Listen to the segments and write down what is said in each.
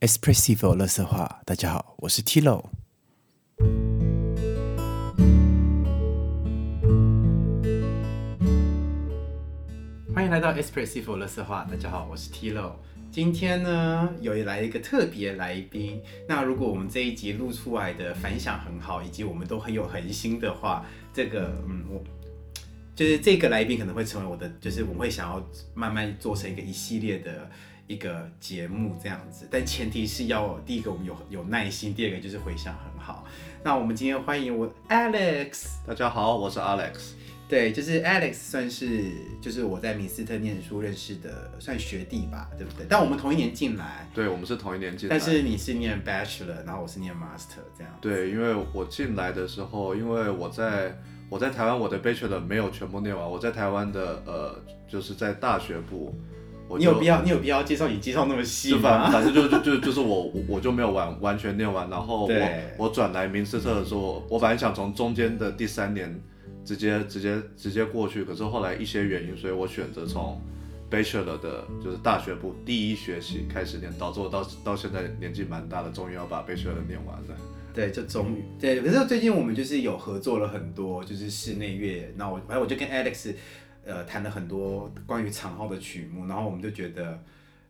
Espressivo 乐色话，大家好，我是 Tilo。欢迎来到 Espressivo 乐色话，大家好，我是 Tilo。今天呢，有来一个特别来宾。那如果我们这一集录出来的反响很好，以及我们都很有恒心的话，这个嗯，我就是这个来宾可能会成为我的，就是我会想要慢慢做成一个一系列的一个节目这样子，但前提是要第一个我们有有耐心，第二个就是回响很好。那我们今天欢迎我 Alex，大家好，我是 Alex。对，就是 Alex 算是就是我在明斯特念书认识的，算学弟吧，对不对？但我们同一年进来，对，我们是同一年进来，但是你是念 Bachelor，然后我是念 Master 这样。对，因为我进来的时候，因为我在我在台湾，我的 Bachelor 没有全部念完，我在台湾的呃，就是在大学部，我你有必要，你有必要介绍你介绍那么细就吗？反反正就就就就是我我我就没有完完全念完，然后我对我转来明斯特的时候，我本来想从中间的第三年直接直接直接过去，可是后来一些原因，所以我选择从 Bachelor 的就是大学部第一学期开始念，导致我到到现在年纪蛮大的，终于要把 Bachelor 念完了。对，就终于对。可是最近我们就是有合作了很多，就是室内乐。那我反正我就跟 Alex 呃谈了很多关于长号的曲目，然后我们就觉得，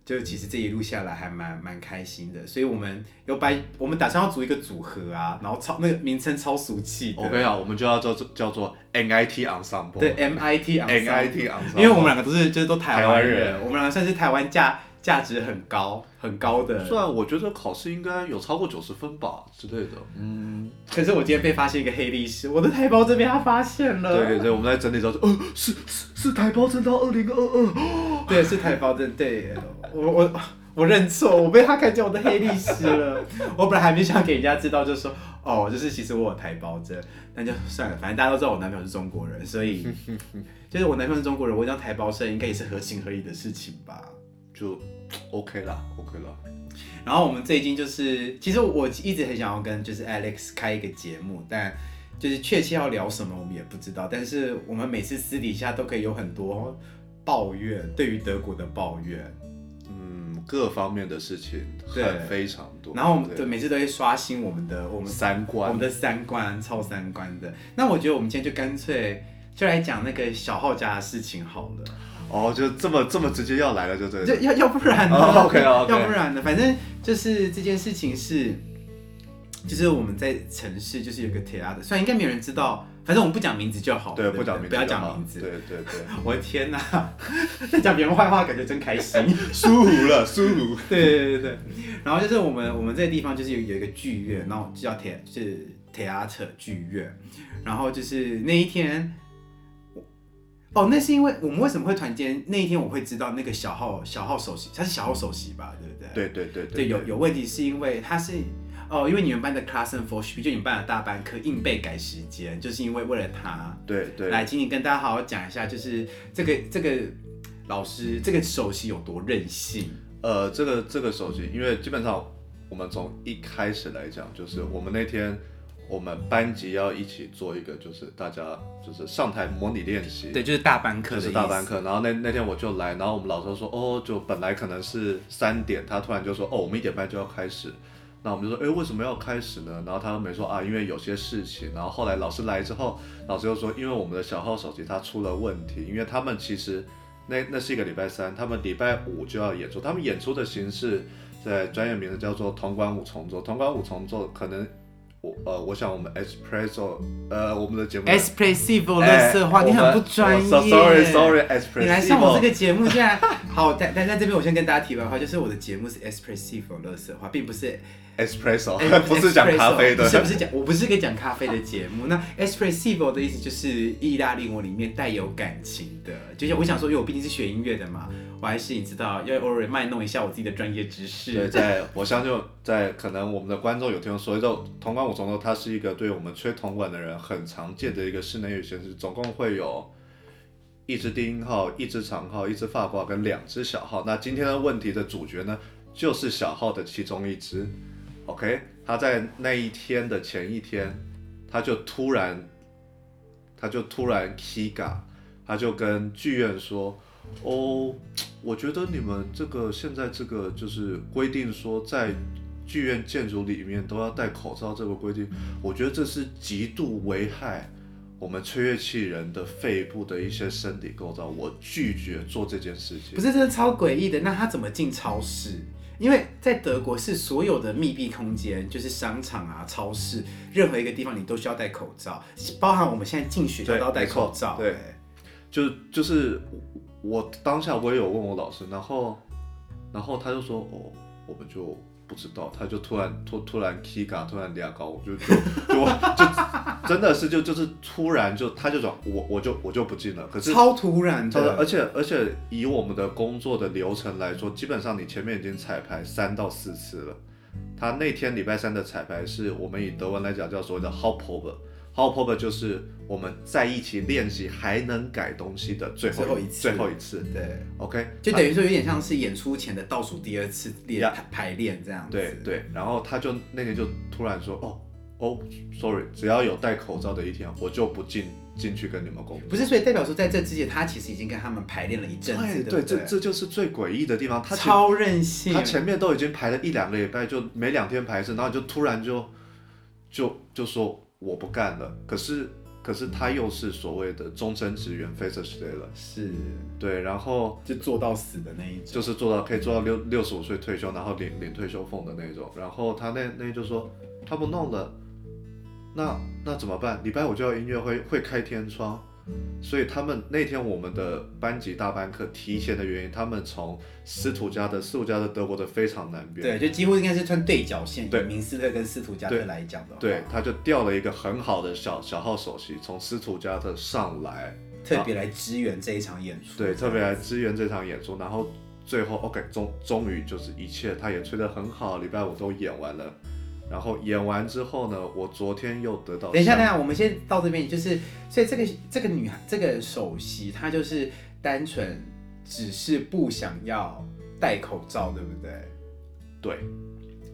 就其实这一路下来还蛮蛮开心的。所以我们有把我们打算要组一个组合啊，然后超那个名称超俗气的我跟你讲，我们就要叫做叫做 NIT Ensemble。对 MIT ，NIT Ensemble，因为我们两个都是就是都台台湾湾人，人我们两个算是台湾价价值很高很高的。虽然我觉得考试应该有超过九十分吧之类的，嗯，可是我今天被发现一个黑历史，我的台胞这边他发现了。对对对，我们在整理之后就，呃，是是是台胞证到二零二二，对，是台胞证。对，我我我认错，我被他看见我的黑历史了。我本来还没想给人家知道，就说哦，就是其实我有台胞证，那就算了，反正大家都知道我男朋友是中国人，所以就是我男朋友是中国人，我一张台胞证应该也是合情合理的事情吧。就 OK 啦，OK 啦，然后我们最近就是，其实我一直很想要跟就是 Alex 开一个节目，但就是确切要聊什么我们也不知道。但是我们每次私底下都可以有很多抱怨，对于德国的抱怨。嗯，各方面的事情对很非常多，然后我们对每次都会刷新我们的我们三我观们，的三观超三观的。那我觉得我们今天就干脆就来讲那个小浩家的事情好了，哦，就这么这么直接要来了，就这就样，要要不然呢、哦，OK，OK 要不然呢？反正就是这件事情是，就是我们在城市就是有一个铁拉的，虽然应该没有人知道，反正我们不讲名字就好了，对，不不讲名不字，要讲名字。对对 对，我的天哪、在讲别人坏话，感觉真开心。舒服了，舒服，对对对对，然后就是我们我们这个地方就是有有一个剧院，然后就叫铁就是 theater 剧院，然后就是那一天，我哦，那是因为我们为什么会团建？那一天我会知道那个小号小号首席，他是小号首席吧，对不对？对对对对，有有问题是因为他是哦，因为你们班的 class and for s 就你们班的大班课硬被改时间，就是因为为了他，对对，来，请你跟大家好好讲一下，就是这个这个老师这个首席有多任性。呃，这个这个手机，因为基本上我们从一开始来讲，就是我们那天我们班级要一起做一个，就是大家就是上台模拟练习，对，，就是大班课就的是意大思班课。然后那那天我就来，然后我们老师说，哦，就本来可能是三点，他突然就说，哦，我们一点半就要开始。那我们就说，哎，为什么要开始呢？然后他没说啊，因为有些事情。然后后来老师来之后，老师又说，因为我们的小号手机它出了问题，因为他们其实那那是一个礼拜三，他们礼拜五就要演出，他们演出的形式在专业名字叫做铜管五重奏。铜管五重奏可能我呃，我想我们 Espresso 呃我们的节目 Espressivo 哎乐色话，你很不专业。我们我 so- Sorry Sorry，你来上我这个个节目，竟然好，但但在这边我先跟大家提个话，就是我的节目是 Espressivo 乐色话，并不是哎 espresso，不 是讲咖啡的，不是不是 讲，我不是个讲咖啡的节目。那 Espressivo 的意思就是意大利文里面带有感情的，就像我想说，因为我毕竟是学音乐的嘛，我还是你知道要偶尔卖弄一下我自己的专业知对，识。在我相信，在可能我们的观众哎有听过，所以就铜管五重奏，它是一个对我们吹铜管的人很常见的一个室内乐形式，总共会有一支低音号、一支长号、一支发挂跟两支小号。那今天的问题的主角呢，就是小号的其中一支。OK，他在那一天的前一天，他就突然，他就突然 Kiga，他就跟剧院说：“哦，我觉得你们这个现在这个就是规定说在剧院建筑里面都要戴口罩这个规定，我觉得这是极度危害我们吹乐器人的肺部的一些身体构造，我拒绝做这件事情不。是，真的超诡异的。那他怎么进超市？因为在德国是所有的密闭空间，就是商场啊、超市，任何一个地方你都需要戴口罩，包含我们现在进学校对都要戴没错口罩。对就就是我我当下我也有问我老师，然后然后他就说哦，我们就不知道，他就突然突突然 Kiga 突然俩高，我就就就就真的是就就是突然就他就说我我就我就不进了，可是。超突然他的，而的，且而且以我们的工作的流程来说，基本上你前面已经彩排三到四次了。他那天礼拜三的彩排是我们以德文来讲叫所谓的 h o p o v e r h o p o v e r 就是我们在一起练习还能改东西的最后最后一次最后一次。对， OK，就等于说有点像是演出前的倒数第二次练 Yeah 排排练这样子。对对，然后他就那天就突然说，哦哦，sorry，只要有戴口罩的一天，我就不进进去跟你们工作。不是，所以代表说在这之前，他其实已经跟他们排练了一阵子，对不对，这这就是最诡异的地方。他其实超任性。他前面都已经排了一两个礼拜，就每两天排一次，然后就突然就就就说我不干了。可是可是他又是所谓的终身职员 f a c e s t a y 了，是对，然后就做到死的那一种，就是做到可以做到六六十五岁退休，然后领领退休俸的那种。然后他那那就说他不弄了，那那怎么办？礼拜五就要音乐会，会开天窗，所以他们那天我们的班级大班课提前的原因，他们从斯图加的斯图加的德国的非常南边，对，就几乎应该是穿对角线，对以明斯特跟斯图加特对来讲的话，对，他就调了一个很好的小小号首席从斯图加特上来，特别来支援这一场演出，对，特别来支援这场演出，然后最后 OK 终终于就是一切他也吹得很好，礼拜五都演完了，然后演完之后呢，我昨天又得到等一下，相等一下，我们先到这边，就是所以这个这个女孩，这个首席，她就是单纯只是不想要戴口罩，对不对？对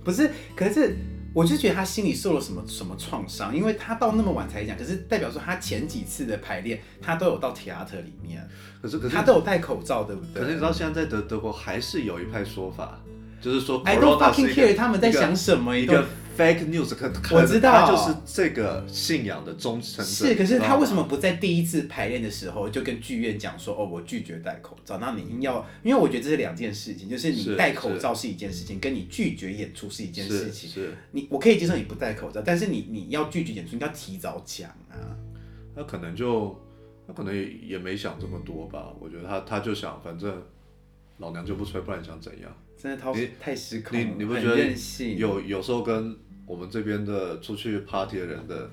不是，可是我就觉得她心里受了什么什么创伤，因为她到那么晚才讲，可是代表说她前几次的排练，她都有到 theater 里面，可是可是她都有戴口罩，对不对？可是你知道现在在德德国还是有一派说法，就是说 I don't corona 是 fucking 一个 care 他们在一个想什么，一都个 fake news，可可我知道他就是这个信仰的嗯忠诚者。是，可你是知道他为吗什么不在第一次排练的时候就跟剧院讲说，哦，我拒绝戴口罩？那你硬要，因为我觉得这是两件事情，就是你嗯是戴口罩是一件事情，跟你拒绝演出是一件事是情。是，你我可以接受你不戴口罩，但是你你要拒绝演出，你要提早讲啊。他可能就他可能也也没想这么多吧，我觉得他他就想反正老娘就不吹，不然想怎样？真的太你太失控你了，你不很觉得任性？有有时候跟我们这边的出去 party 的人的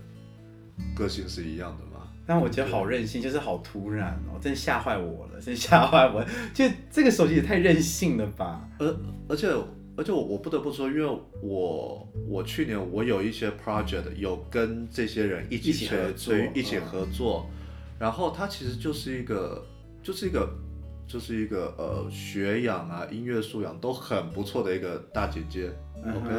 个性是一样的吗？但我觉得好任嗯性，就是好突然哦，真吓坏我了，真吓坏我了！就这个手机也太任性了吧？而而且而且我我不得不说，因为我我去年我有一些 project 有跟这些人一一起起吹合作吹一起嗯合作，然后它其实就是一个就是一个就是一个呃学养啊音乐素养都很不错的一个大姐姐、嗯 o 哼 k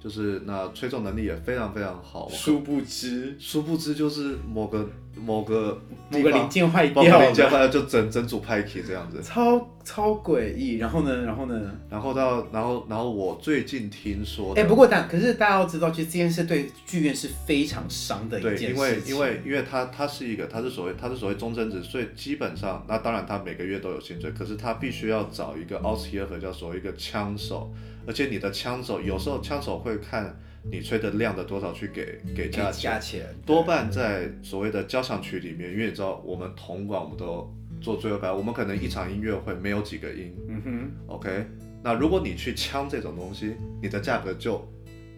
就是那吹奏能力也非常非常好，我看殊不知殊不知就是某个某个某个地方零件坏某掉个了，零件坏了就整整组拍 k 这样子，超超诡异。然后呢，然后呢？然后到然后然后我最近听说的，哎、不过但可是大家要知道，其实这件事对剧院是非常伤的一对，件事情。因为因为因为他他是一个他是所谓他是所谓终身制，所以基本上那当然他每个月都有薪水，可是他必须要找一个 o s c f 叫所谓一个枪手，而且你的枪手有时候枪手会看你吹的量的多少去给给价加钱，价钱多半在所谓的交响曲里面，因为你知道我们铜管我们都做最后排，我们可能一场音乐会没有几个音嗯哼， ，OK，那如果你去枪这种东西，你的价格就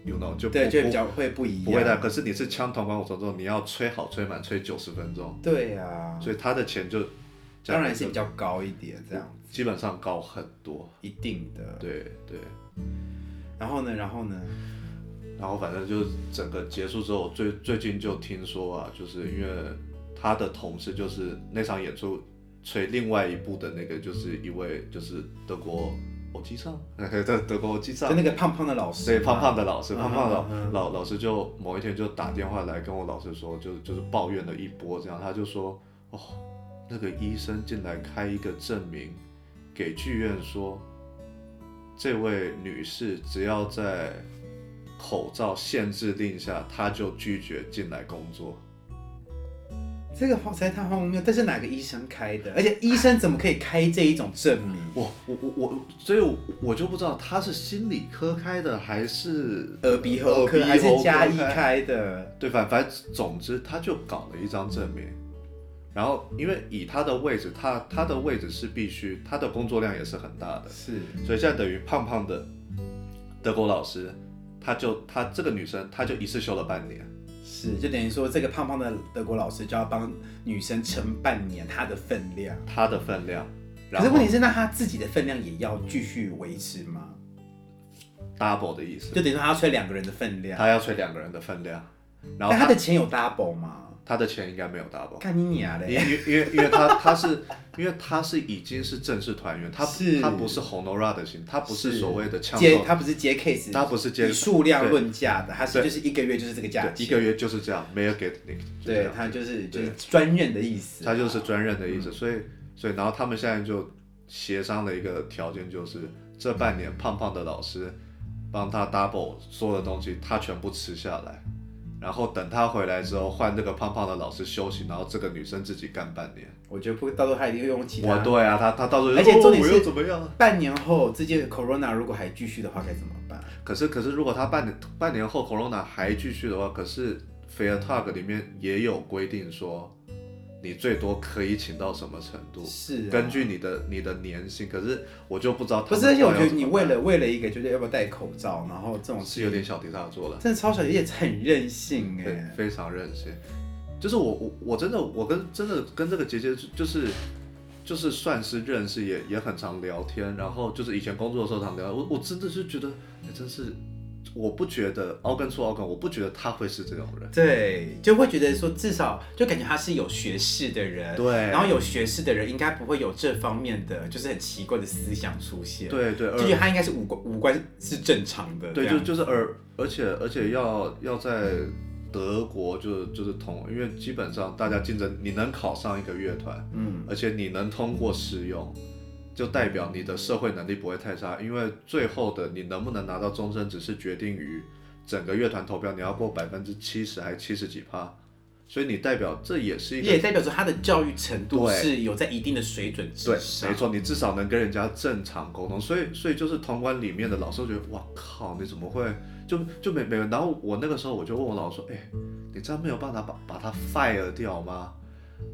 ，you know 就不对，就不比较会不一样。不会的，可是你是枪铜管五分钟，你要吹好吹满吹九十分钟，对啊，所以他的钱就当然是比较高一点，这样基本上高很多。一定的。对对，然后呢，然后呢？然后反正就整个结束之后，我最最近就听说啊，就是因为他的同事就是那场演出吹另外一部的那个，就是一位就是德国偶机上， 德德国偶机上就那个胖胖的老师，对，胖胖的老师，嗯胖胖的老、嗯嗯老老师就某一天就打电话来跟我老师说，就就是抱怨了一波，这样他就说，哦，那个医生进来开一个证明，给剧院说，这位女士只要在口罩限制令下，她就拒绝进来工作。这个实在太荒谬，这是哪个医生开的？而且医生怎么可以开这一种证明？我我我我，所以我我就不知道他是心理科开的还是耳鼻喉科还是加一开。开的？对，反反正总之他就搞了一张证明，然后因为以他的位置，他他的位置是必须，他的工作量也是很大的，是所以现在等于胖胖的德国老师，他就他这个女生，她就一次休了半年，是，就等于说这个胖胖的德国老师就要帮女生撑半年她的分量。她的分量，可然是后问题是，那她自己的分量也要继续维持吗？ double 的意思，就等于说她要吹两个人的分量，她要吹两个人的分量，然后但她她的钱有 double 吗？她的钱应该没有 double。看你娘嘞！因因因为因为他他是因为他是已经是正式团员，他是他不是红 o n o r a 的型，他不是所谓的枪接手，她不是接 case，她不是接以数量对论价的，她是对就是一个月就是这个价对钱，一个月就是这样，没有给你，就这对样他嗯就是就对是专任的意思，他就是专任的意思，所以所以然后他们现在就协商了一个条件，就是这半年胖胖的老师帮他 double 所有的东西，他全部吃下来，然后等他回来之后换这个胖胖的老师休息，然后这个女生自己干半年。我觉得不到时候他一定会用其我他。对啊，他他到时候就而且说重哦点我是又怎么样？半年后，这件 corona 如果还继续的话，该怎么办？可是可是，如果他半年半年后 Corona 还继续的话，可是 Fair Talk 里面也有规定说，你最多可以请到什么程度，是啊根据你的你的年薪。可是我就不知道他不们是，而且我觉要得怎么你为办了为了一个，就是要不要戴口罩，然后这种是有点小题大做了，真的超小，也很任性哎、对，非常任性。就是我我我真的我跟真的跟这个姐姐就就是就是算是认识也也很常聊天，然后就是以前工作的时候常聊，我我真的是觉得，哎真是我不觉得凹根错凹根，我不觉得他会是这种人。对，就会觉得说，至少就感觉他是有学识的人，对然后有学识的人应该不会有这方面的，就是很奇怪的思想出现，，对对，就觉得而他应该是五官五官是正常的，对这样就就是而而且而且要要在德国就就是同，因为基本上大家竞争，你能考上一个乐团，嗯，而且你能通过试用，就代表你的社会能力不会太差，因为最后的你能不能拿到终身，只是决定于整个乐团投票，你要过百分之七十还七十几趴，所以你代表这也是一也个。代表说他的教育程度对是有在一定的水准之对，上。没，错，你至少能跟人家正常沟通，所以所以就是通关里面的老师觉得，哇靠，你怎么会就就没没有？然后我那个时候我就问我老师说，哎，你这样没有办法把把他 fire 掉吗？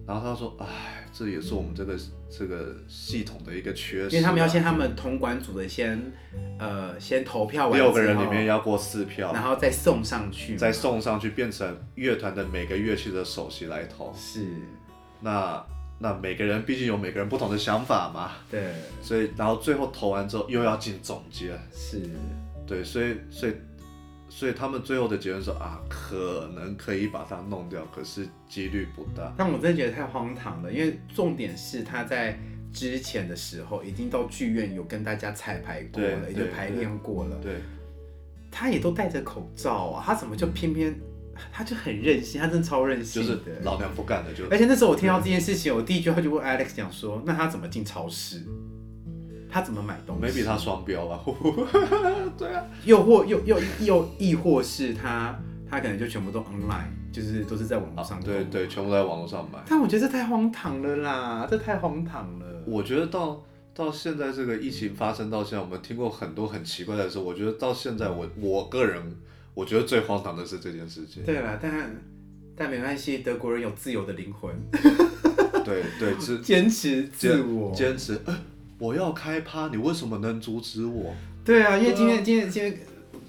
然后他说，哎，这也是我们这个这个系统的一个缺失啊，因为他们要先他们通关组的先呃先投票完六个人之里后面，要过四票，然后再送上去，再送上去变成乐团的每个乐器的首席来投。是，那那每个人毕竟有每个人不同的想法嘛，对，所以然后最后投完之后又要进总监。是，对，所以所以所以他们最后的结论是啊，可能可以把它弄掉，可是几率不大。但我真的觉得太荒唐了，因为重点是他在之前的时候已经到剧院有跟大家彩排过对了，也就对排对练过了，对，他也都戴着口罩啊，他怎么就偏偏他就很任性，他真的超任就性的，哎是老娘不干了，就而且那时候我听到这件事情，我第一句话就问 Alex 讲说：“那他怎么进超市？他怎么买东西 maybe 他双 标吧。对啊，又或又又又亦或是他他可能就全部都 online，就是都是在网络上、啊对。对，全部都在网络上买。但我觉得这太荒唐了啦，这太荒唐了。我觉得到到现在这个疫情发生到现在，我们听过很多很奇怪的事。我觉得到现在我我个人，我觉得最荒唐的是这件 事情。对啦，但但没关系，德国人有自由的灵魂， 对对，是坚持自我。坚持、呃我要开趴，你为什么能阻止我？对啊，因为今天今天今天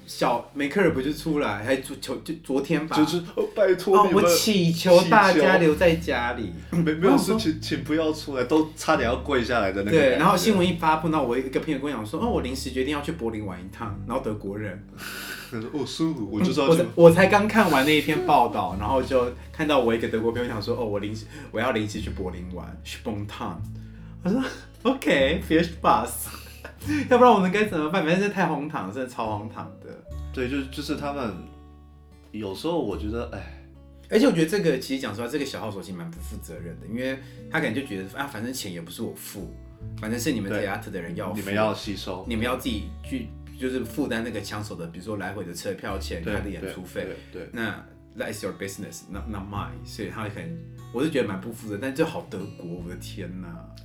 小梅克尔不就出来，还昨就就昨天吧。就是、呃拜托哦你，们。我祈求祈大家求留在家里。 没没有事情，请不要出来，都差点要跪下来的那个感觉。哦对，然后新 闻一发布，那我一个朋友跟我讲说，哦，我临时决定要去柏林玩一趟，然后德国人，他说哦舒服，我就知道嗯我才就我才刚看完那一篇报道，然后就看到我一个德国朋友想说，哦，我临时我要临时去柏林玩 s p o n t a n 我说 OK，fish、bus，要不 然我们该怎么办？反正这太荒唐，真的超荒唐的。对，就是就是他们有时候我觉得哎，而且我觉得这个其实讲实话，这个小号手其实蛮不负责任的，因为他可能就觉得啊，反正钱也不是我付，反正是你们 theater 的人要付你们要吸收，你们要自己去就是负担那个枪手的，比如说来回的车票钱，他对的演出费。，对对那 that is your business, not not mine。所以他可能我是觉得蛮不负责，但这好德国，我的天哪！对，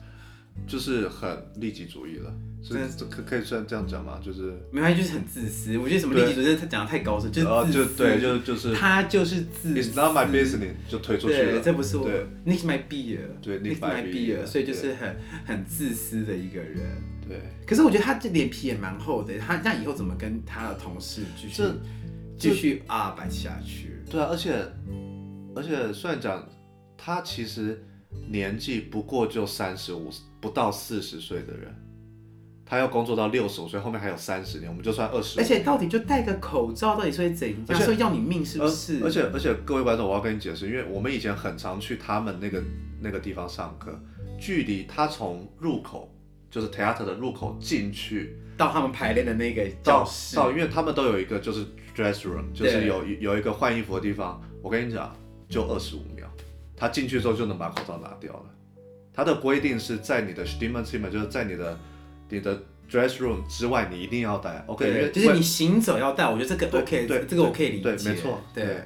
就是很利己主义了，真的是这可可以算这样讲吗？就是没有，他就是很自私。我觉得什么利己主义，他讲的太高深，就是啊，自私。就对，就就是他就是自私。 It's not my business，就推出去对，了。这不是我对 Nick my beer，对，Nick ，Nick my my beer， beer，所以就是很很自私的一个人。对，可是我觉得他这脸皮也蛮厚的，他那以后怎么跟他的同事继续这继续啊摆下去？对啊，而且而且虽然讲他其实年纪不过就三十五，不到四十岁的人，他要工作到六十五岁，后面还有三十年，我们就算二十。而且到底就戴个口罩，到底是会怎而样？且呃说要你命是不是？而而且而且各位观众，我要跟你解释，因为我们以前很常去他们那个那个地方上课，距离他从入口就是 theater 的入口进去到他们排练的那个教到室，到，因为他们都有一个就是 dress room，就是对有一有一个换衣服的地方。我跟你讲，就二十五秒，他进去之后就能把口罩拿掉了。他的规定是在你的 s t i m m e n t i m 就是在你的你的 dress room 之外，你一定要戴。OK，因对，为就是为你行走要戴，我觉得这个对 OK，对这个我可以理解，对没错对对。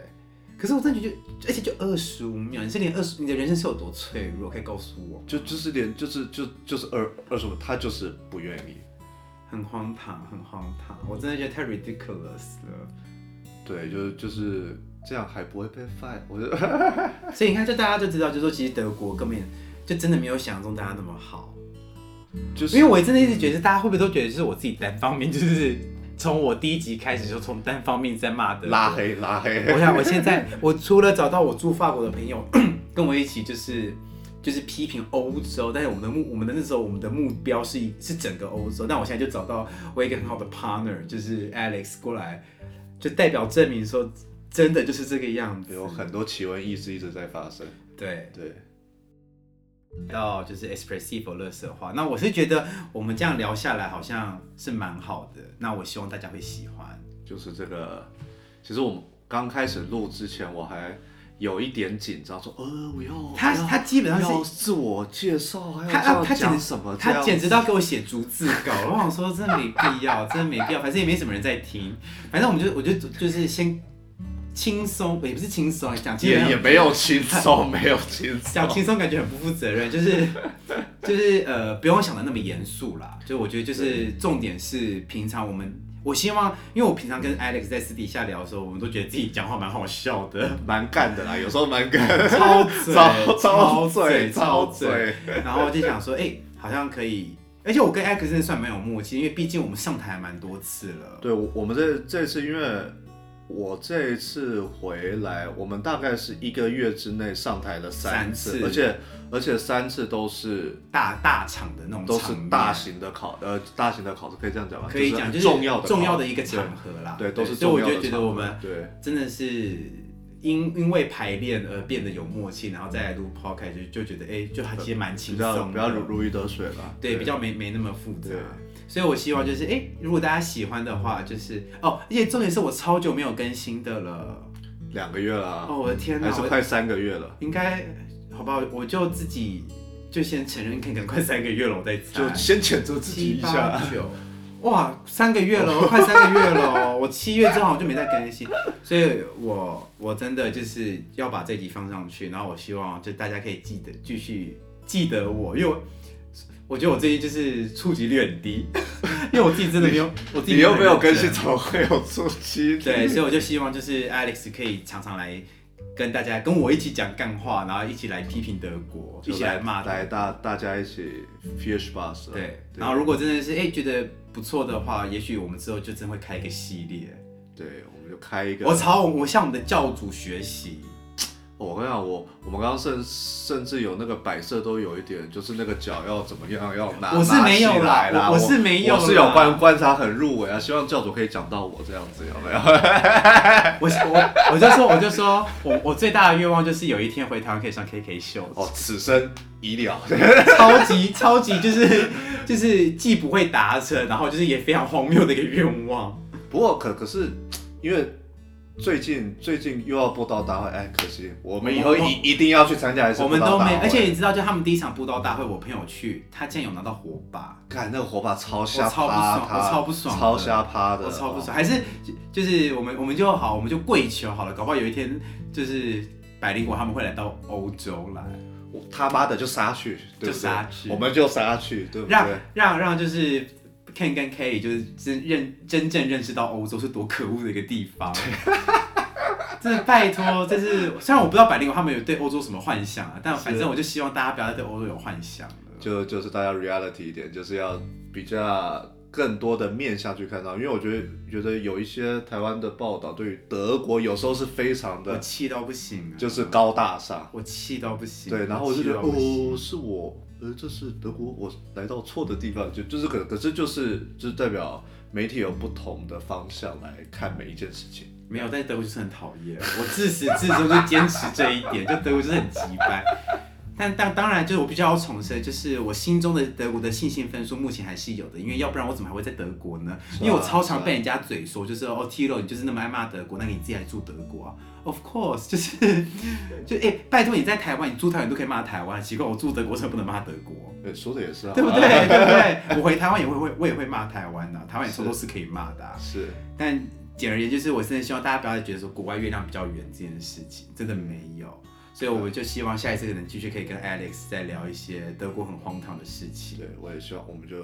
可是我真的觉得，而且就二十五秒，你这连二十，你的人生是有多脆弱？可以告诉我，就就是连就是就就是二二十五，他就是不愿意。很荒唐，很荒唐，我真的觉得太 ridiculous 了。 对，就是就是这样还不会被 fire，我就 所以你看，就大家就知道，就说其实德国根本就真的没有想象中大家那么好。就是因为我真的一直觉得，大家会不会都觉得就是我自己单方面，就是从我第一集开始就从单方面在骂德国拉。黑拉黑。我想我现在，我除了找到我住法国的朋友，跟我一起就是就是批评欧洲，但是我们的目我们的那时候我们的目标是一是整个欧洲，但我现在就找到我一个很好的 partner，就是 Alex 过来，就代表证明说真的就是这个样子。有很多奇闻异事一直在发生。对。对，到就是 expressive 乐色化。那我是觉得我们这样聊下来好像是蛮好的，那我希望大家会喜欢。就是这个，其实我们刚开始录之前，我还有一点紧张，说呃，我要他我要他基本上是要自我介绍，还他啊，要他这简样讲直什么，他简直这样到给我写逐字稿，我想说真的没必要，真的没必要，反正也没什么人在听，反正我们就我就就是先轻松，也不是轻松，讲子轻也也松没有轻松，没有轻讲松，轻松感觉很不负责任，就是就是呃不用想的那么严肃啦，就我觉得就是重点是平常我们。我希望，因为我平常跟 Alex 在私底下聊的时候，我们都觉得自己讲话蛮好笑的，蛮干的啦，有时候蛮干，超嘴 超超嘴嘴超超嘴，然后就想说，哎、好像可以。而且我跟 Alex 真的算蛮有默契，因为毕竟我们上台还蛮多次了。对，我我们这这次因为。我这一次回来，我们大概是一个月之内上台了三次，次而且而且三次都是大大场的那种都场是面大型的考，呃，大型的考试可以这样讲吧？可以讲就就是是重要的重要考的一个场合啦。对，都是所以重我要就的觉得场合我们对真的是因因为排练而变得有默契，然后再来录 podcast 就就觉得哎、就还其实蛮轻比较松的，比较如如鱼得水吧。对，比较没没那么复杂对。所以我希望就是，哎、如果大家喜欢的话，就是哦，而且重点是我超久没有更新的了。两个月啦，哦，我的天哪，还是我快三个月了，应该好吧，我就自己就先承认，看看快三个月了，我再猜就先谴责自己哎七一八下。九。 哇，三个月了，快三个月了，我七月之后我就没再更新，所以我我真的就是要把这集放上去，然后我希望就大家可以记得继续记得我，因为我我觉得我最近就是触及率很低， 因为我自己真的没有，我自己你又没有更认新，真怎么会有出期？对，所以我就希望就是 Alex 可以常常来跟大家跟我一起讲干话，然后一起来批评德国，一就起来骂德国来大大家一起 fish bus。对，然后如果真的是哎、觉得不错的话，也许我们之后就真会开一个系列。对，我们就开一个。我朝我向我们的教主学习，我跟你讲，我我们刚刚甚甚至有那个摆设都有一点，就是那个脚要怎么样要拿，我是拿没起有啦来啦，我我是没有我是有啦观观察很入围啊，希望教主可以讲到我这样子有没有？ 我我我就说我就说我我最大的愿望就是有一天回台湾可以上 KK 秀，哦，此生已了， 超级超级就是就是既不会达成，然后就是也非常荒谬的一个愿望。不过可可是因为最近最近又要布道大会，哎，可惜我我们以后一一定要去参加一次我布们道都大会。没，而且你知道，就他们第一场布道大会，我朋友去，他竟然有拿到火把，看那个火把超瞎我超不趴，爽他我超不爽的超瞎趴的，我超不爽。哦。还是就就是我们我们就好，我们就跪求好了，搞不好有一天就是百灵果他们会来到欧洲来，我他妈的就杀去，对就不对杀去我们就杀去，对不让对？让让就是 Ken 跟 Kelly 就是真认真正认识到欧洲是多可恶的一个地方。 真的拜托，这是虽然我不知道百灵果他们有对欧洲什么幻想啊，但反是正我就希望大家不要再对欧洲有幻想了。就就是大家 reality 一点，就是要比较更多的面向去看到，因为我觉得觉得有一些台湾的报道对于德国有时候是非常我的，气到不行啊！就是高大上，我气到不行。对，然后我就气觉得到不行哦，是我，呃，这是德国，我来到错的地方，就就是可可是就是就是代表媒体有不同的方向来看每一件事情。没有，但是德国就是很讨厌。我自始至终就坚持这一点，就德国就是很急掰。 但但当然，就是我必须要重申，就是我心中的德国的信心分数目前还是有的，因为要不然我怎么还会在德国呢？是啊因为我超常被人家嘴说，就是哦 t i l o 你就是那么爱骂德国，那你自己还住德国啊？Of course，就是 就哎、拜托你在台湾，你住台湾你都可以骂台湾，奇怪，我住德国为什么不能骂德国？对，说的也是啊，对不对？对不对？我回台湾也会会我也会骂台湾呐、台湾也说都是可以骂的、啊。是但简而言之，就是我真的希望大家不要再觉得说国外月亮比较圆这件事情，真的没有。所以我就希望下一次可能继续可以跟 Alex 再聊一些德国很荒唐的事情，对，我也希望我们就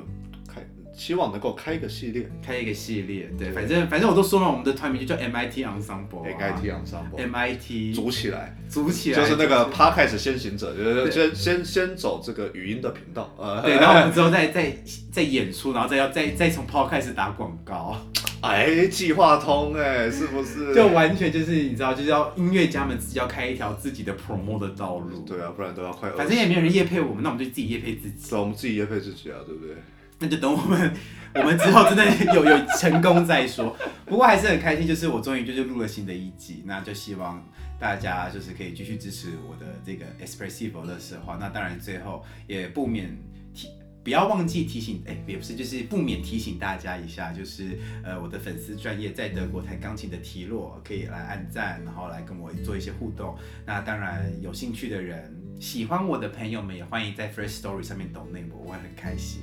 开，希望能够开一个系列开一个系列。对，反正反正我都说了，我们的团名就叫 MIT Ensemble 啊、 ，AIT 昂商博 MIT 组起来。组起来，就是那哎个就是 podcast 先行者，就是对先先先走这个语音的频道，呃，对，然后我们之后再再再演出，然后再要再再从 Podcast 开始打广告，哎，计划通哎，是不 是？就完全就是你知道，就是要音乐家们自己要开一条自己的 promo 的道路。对啊，不然都要快二十，反正也没有人夜配我们，那我们就自己夜配自己。对我们自己也配自己啊，对不对？那就等我们我们之后真的有有成功再说。不过还是很开心，就是我终于就是录了新的一集，那就希望大家就是可以继续支持我的这个 Espressivo 的时候，那当然最后也不免提。不要忘记提醒，哎、也不是，就是不免提醒大家一下，就是呃，我的粉丝专业在德国弹钢琴的提洛可以来按赞，然后来跟我做一些互动。那当然，有兴趣的人，喜欢我的朋友们也欢迎在 First Story 上面抖内我，我会很开心。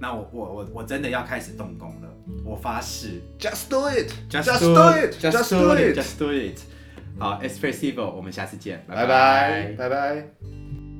那我我我我真的要开始动工了，我发誓。 Just do it, just do it, just do it。好，Espressivo，我们下次见，拜拜，拜拜。